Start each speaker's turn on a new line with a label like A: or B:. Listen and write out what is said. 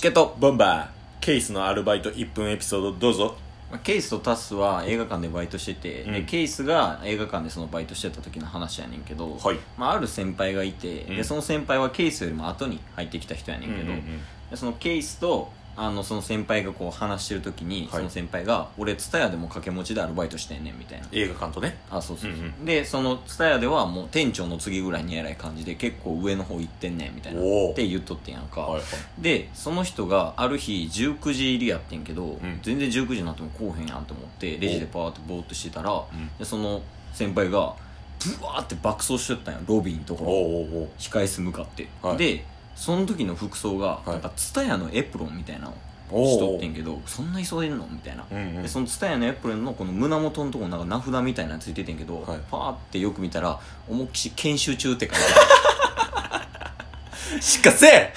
A: ケと、
B: ボンバーケースのアルバイト1分エピソードどうぞ
A: まあケイスとタスは映画館でバイトしてて、
B: うん
A: でケイスが映画館でそのバイトしてた時の話やねんけど、
B: はい
A: まあ、ある先輩がいて、
B: うん
A: でその先輩はケイスよりも後に入ってきた人やねんけど、でそのケイスとあのその先輩がこう話してる時に、
B: い
A: その先輩が「俺蔦屋でも掛け持ちでアルバイトしてんねん」みたいな
B: 映画館とね
A: あそうそうそう、
B: うんう
A: でその蔦屋ではもう店長の次ぐらいに偉い感じで結構上の方行ってんねんみたいなっ
B: おー
A: て言っとってんやんか、
B: はい
A: でその人がある日19時入りやってんけど、
B: ん
A: 全然19時になってもこうへんやんと思ってレジでパーってボーっとしてたら、
B: ん
A: でその先輩がブワーって爆走しとったんやロビーのとこ
B: お
A: ろ
B: おおお
A: 控え室向かって、
B: はい
A: でその時の服装が、
B: い
A: なんかツタヤのエプロンみたいなのをしとってんけどそんな急いでんのみたいな、
B: うんうん
A: でそのツタヤのエプロンのこの胸元のところなんか名札みたいなのついててんけど、
B: はい
A: パーってよく見たら「思いっきし研修中」って書いてある
B: しかせ